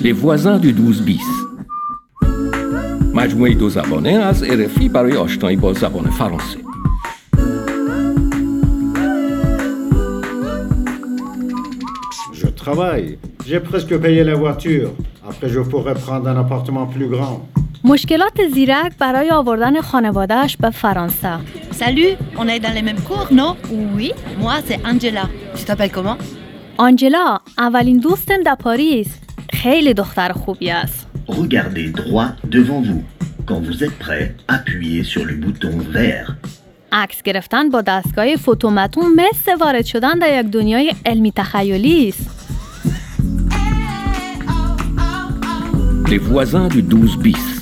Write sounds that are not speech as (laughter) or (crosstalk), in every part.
Les voisins du 12 بیس مجموعه دو زبانه از RFI برای آشنایی با زبان فرانسه Je travaille. J'ai presque payé la voiture. Après, je pourrais prendre un appartement plus grand. مشکلات زیرک برای آوردن خانوادهش به فرانسه Salut, on est dans les mêmes cours, non Oui, moi c'est Angela. Tu t'appelles comment آنجلا اولین دوستم در پاریس خیلی دختر خوبی است Regardez droit devant vous. Quand vous êtes prêt, appuyez sur le bouton vert. عکس گرفتن با دستگاه فوتومتون مثل وارد شدن در یک دنیای علمی تخیلی است Les voisins du 12 bis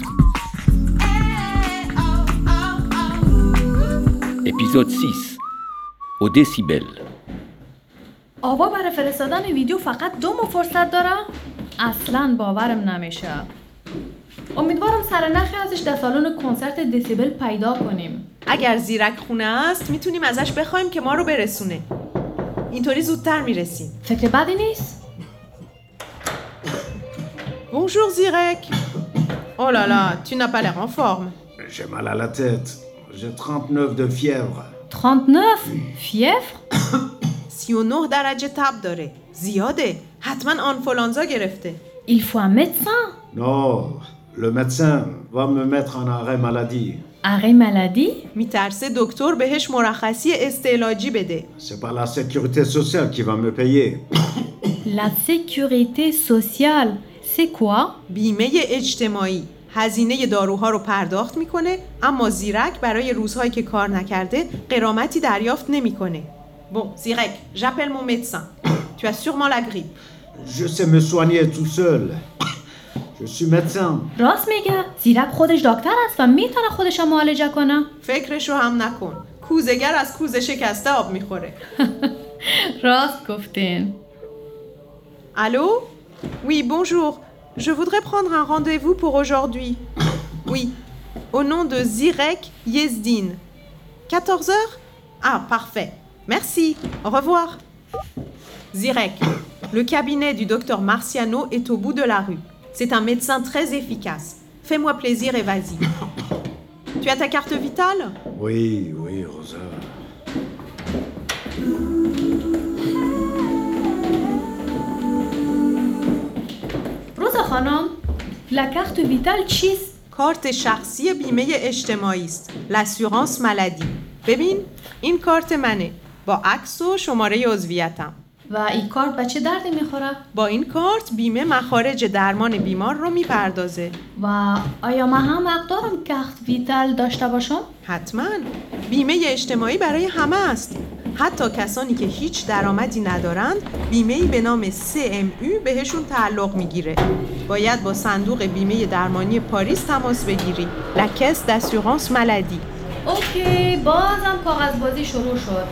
Épisode 6 Au décibel آوا برای فرستادن ویدیو فقط دو ماه فرصت داره اصلا باورم نمیشه امیدوارم سرنخی ازش در سالن کنسرت دسیبل پیدا کنیم اگر زیرک خونه است میتونیم ازش بخوایم که ما رو برسونه اینطوری زودتر میرسیم فکر بدی نیست بونجور زیرک Oh là là, tu n'as pas l'air en forme. J'ai mal à la tête. J'ai 39 de fièvre. 39 فیفر 39 درجه تب داره. زیاده. حتما آنفولانزا گرفته. Il faut un médecin. Non, le médecin va me mettre en arrêt maladie. Arrêt maladie میترسه دکتر بهش مرخصی استعلاجی بده. C'est pas la sécurité sociale qui va me payer. La sécurité sociale, c'est quoi بیمه اجتماعی هزینه داروها رو پرداخت میکنه اما زیرک برای روزهایی که کار نکرده قرامتی دریافت نمیکنه. Bon, Zirek, j'appelle mon médecin. Tu as sûrement la grippe. Je sais me soigner tout seul. Je suis médecin. راست میگه زیرک خودش دکتر است و میتونه خودش رو معالجه کنه فکرشو هم نکن کوزگر از کوزه شکسته آب میخوره راست گفتین Allô Oui, bonjour. Je voudrais prendre un rendez-vous pour aujourd'hui. Oui. Au nom de Zirek Yezdin. 14 heures Ah, parfait. Merci. Au revoir. Zirek, le cabinet du docteur Marciano est au bout de la rue. C'est un médecin très efficace. Fais-moi plaisir et vas-y. Tu as ta carte vitale Oui, oui, Rosa. روزا خانم La carte vitale چیست؟ کارت شخصی بیمه اجتماعی است لسورانس ملدی ببین این کارت منه با عکس و شماره عضویتم و این کارت به چه دردی میخوره؟ با این کارت بیمه مخارج درمان بیمار رو میپردازه و آیا من هم حق دارم کارت ویتال داشته باشم؟ حتما بیمه اجتماعی برای همه است حتی کسانی که هیچ درآمدی ندارند بیمه ای به نام CMU بهشون تعلق میگیره باید با صندوق بیمه درمانی پاریس تماس بگیری لکس دسورانس ملدی اوکی بازم کاغذ بازی شروع شد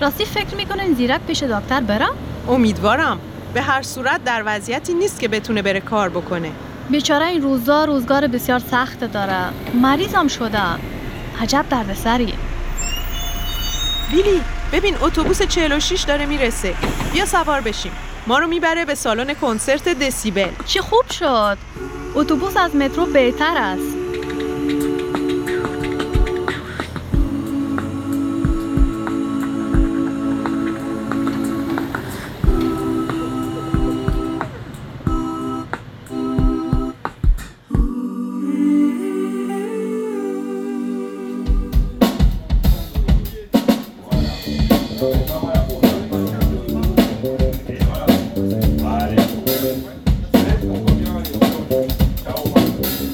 راستی فکر میکنین زیرک پیش دکتر برم؟ امیدوارم به هر صورت در وضعیتی نیست که بتونه بره کار بکنه بیچاره این روزا روزگار بسیار سخت داره مریضم شده عجب دردسری بیلی ببین اتوبوس 46 داره میرسه بیا سوار بشیم ما رو میبره به سالن کنسرت دسیبل چی خوب شد اتوبوس از مترو بهتر است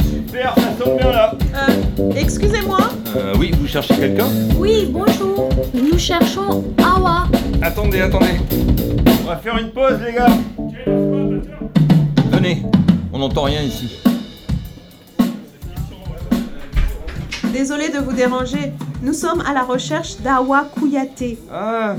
Super, ça tombe bien là اکسکوزه ما Euh, oui, vous cherchez quelqu'un Oui, bonjour. Nous cherchons Awa. Attendez, attendez. On va faire une pause les gars Venez, on n'entend rien ici. Désolé de vous déranger. Nous sommes à la recherche d'Awa Kouyaté. Ah,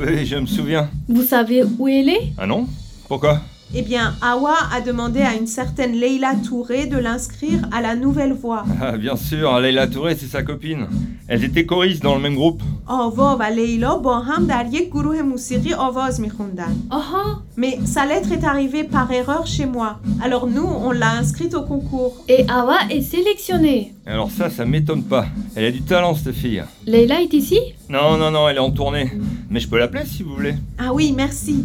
oui, je me souviens. Vous savez où elle est Ah non Pourquoi Eh bien, Awa a demandé à une certaine Leila Touré de l'inscrire à la nouvelle voie. Ah, bien sûr, Leila Touré, c'est sa copine. Elles étaient choristes dans le même groupe. آوا و لیلا با هم در یک گروه موسیقی آواز میخوندن آها Mais sa lettre est arrivée par erreur chez moi. Alors nous, on l'a inscrite au concours. Et Awa est sélectionnée. Alors ça, ça m'étonne pas. Elle a du talent, cette fille. Leila est ici Non, non, non, elle est en tournée. Mais je peux l'appeler si vous voulez. Ah oui, merci.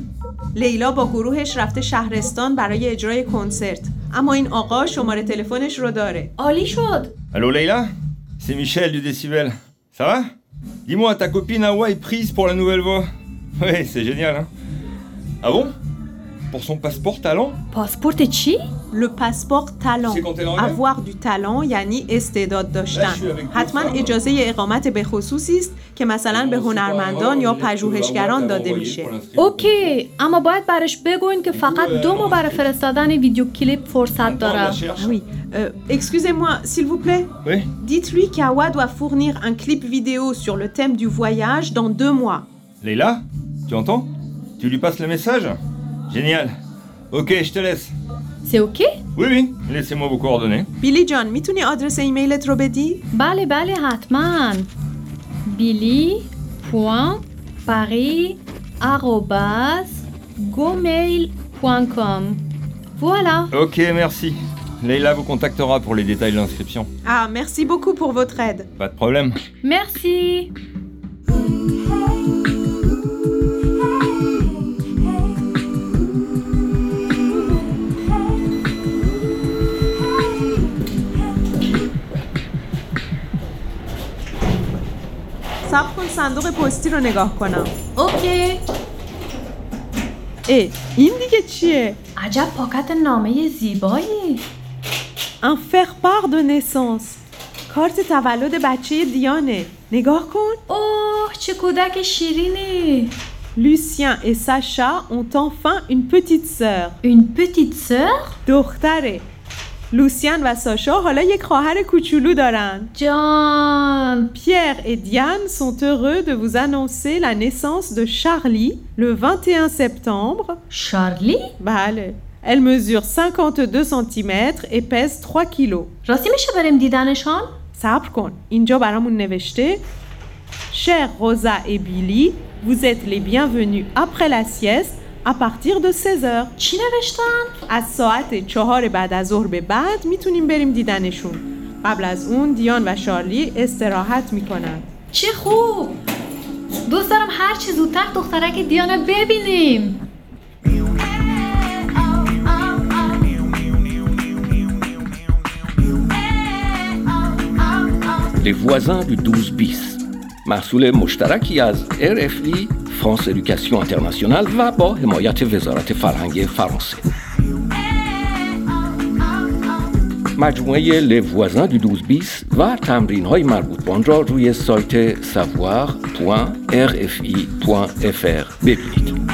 لیلا با گروهش رفته شهرستان برای اجرای کنسرت. اما این آقا شماره تلفنش رو داره. عالی شد Allô, Leila C'est Michel du Décibel. Ça va Dis-moi, ta copine Hawa est prise pour la nouvelle voix. (laughs) Ouais, c'est génial, hein Ah bon Pour son passeport talent پاسپورت چی؟ Le passeport talent. C'est quand elle enlève Avoir du talent یعنی استعداد داشتن. Là, je suis avec deux حتما femmes. اجازه اقامت به خصوصی است که مثلا به هنرمندان یا پژوهشگران داده میشه. اوکی اما باید برش بگوین که فقط دو ماه برای فرستادن ویدیو کلیپ فرصت داره بله، Ah Oui. Euh, Excusez-moi, s'il vous plaît. Oui Dites-lui qu'Awa doit fournir un clip vidéo sur le thème du voyage dans deux mois. Leila Tu entends Tu lui passes le message Génial. Ok, je te laisse. C'est ok? Oui, oui, laissez-moi vos coordonnées. بیلی جان میتونی آدرس ایمیلت رو بدی؟ بله بله حتما بیلی پوان پاری اروباز گومیل پوان کام Voilà. Ok, merci. Leila vous contactera pour les détails de l'inscription. Ah, merci beaucoup pour votre aide. Pas de problème. Merci. صبر کن صندوق پستی رو نگاه کنم. اوکی. ای این دیگه چیه؟ عجب پاکت نامه زیبایی. Un faire part de naissance. کارت تولد بچه دیانه. نگاه کن. اوه چه کودک شیرینی. Lucien et Sacha ont enfin une petite sœur. Une petite sœur دختره. لوسیان و ساشا حالا یک خواهر کوچولو دارن. جان. Pierre et Diane sont heureux de vous annoncer la naissance de Charlie le 21 septembre. شارلی؟ Bale. Elle mesure 52 cm et pèse 3 kg. راستی میشه بریم دیدنشان؟ صبر کن. اینجا برامون نوشته Chers Rosa et Billy, vous êtes les bienvenus après la sieste à partir de 16h. چی نوشتن؟ از ساعت 4 بعد از ظهر به بعد میتونیم بریم دیدنشون. قبل از اون دیان و شارلی استراحت میکنن. چه خوب دوست دارم هر چی زودتر دخترک دیانا ببینیم Les voisins du 12 bis. مسئول مشترکی از RFI فرانس Education International و با حمایت وزارت فرهنگ فرانسه مجموعه لوازن دو دوز بیس و تمرین های مربوط به آن را روی سایت savoir.rfi.fr ببینید.